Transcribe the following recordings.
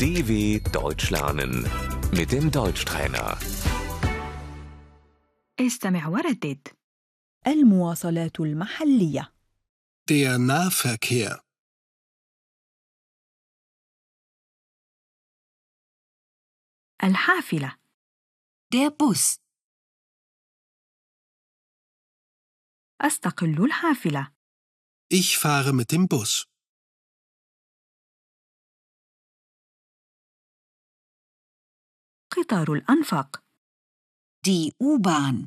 DW Deutsch lernen mit dem Deutschtrainer. استمع وردد المواصلات المحلية Der Nahverkehr. الحافلة Der Bus, أستقل الحافلة Ich fahre mit dem Bus. قطار الأنفاق die U-Bahn,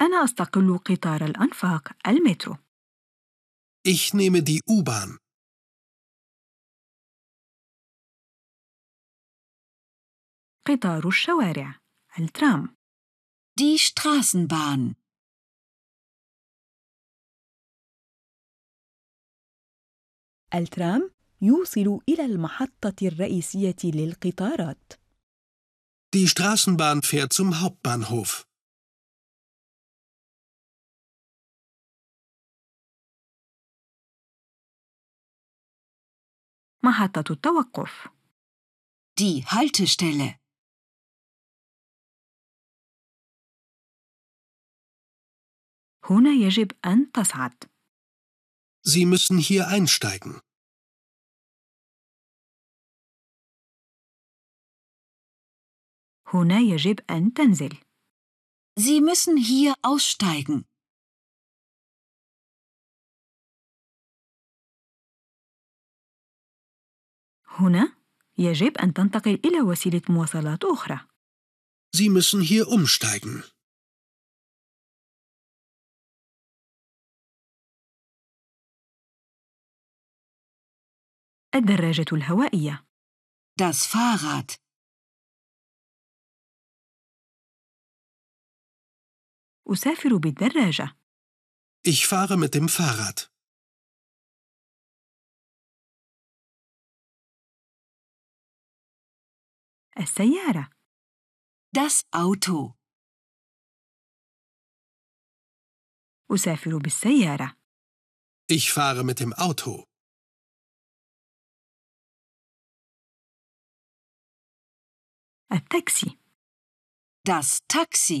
أنا أستقل قطار الأنفاق المترو Ich nehme die U-Bahn. قطار الشوارع الترام die Straßenbahn, الترام يوصل إلى المحطة الرئيسية للقطارات Die Straßenbahn fährt zum Hauptbahnhof. محطة التوقف die Haltestelle. هنا يجب أن تصعد Sie müssen hier einsteigen. هنا يجب أن تنزل Sie müssen hier aussteigen. هنا يجب أن تنتقل إلى وسيلة مواصلات أخرى Sie müssen hier umsteigen. الدراجة الهوائية Das Fahrrad. أسافر بالدراجة Ich fahre mit dem Fahrrad. السيارة Das Auto. أسافر بالسيارة Ich fahre mit dem Auto. التاكسي Das Taxi.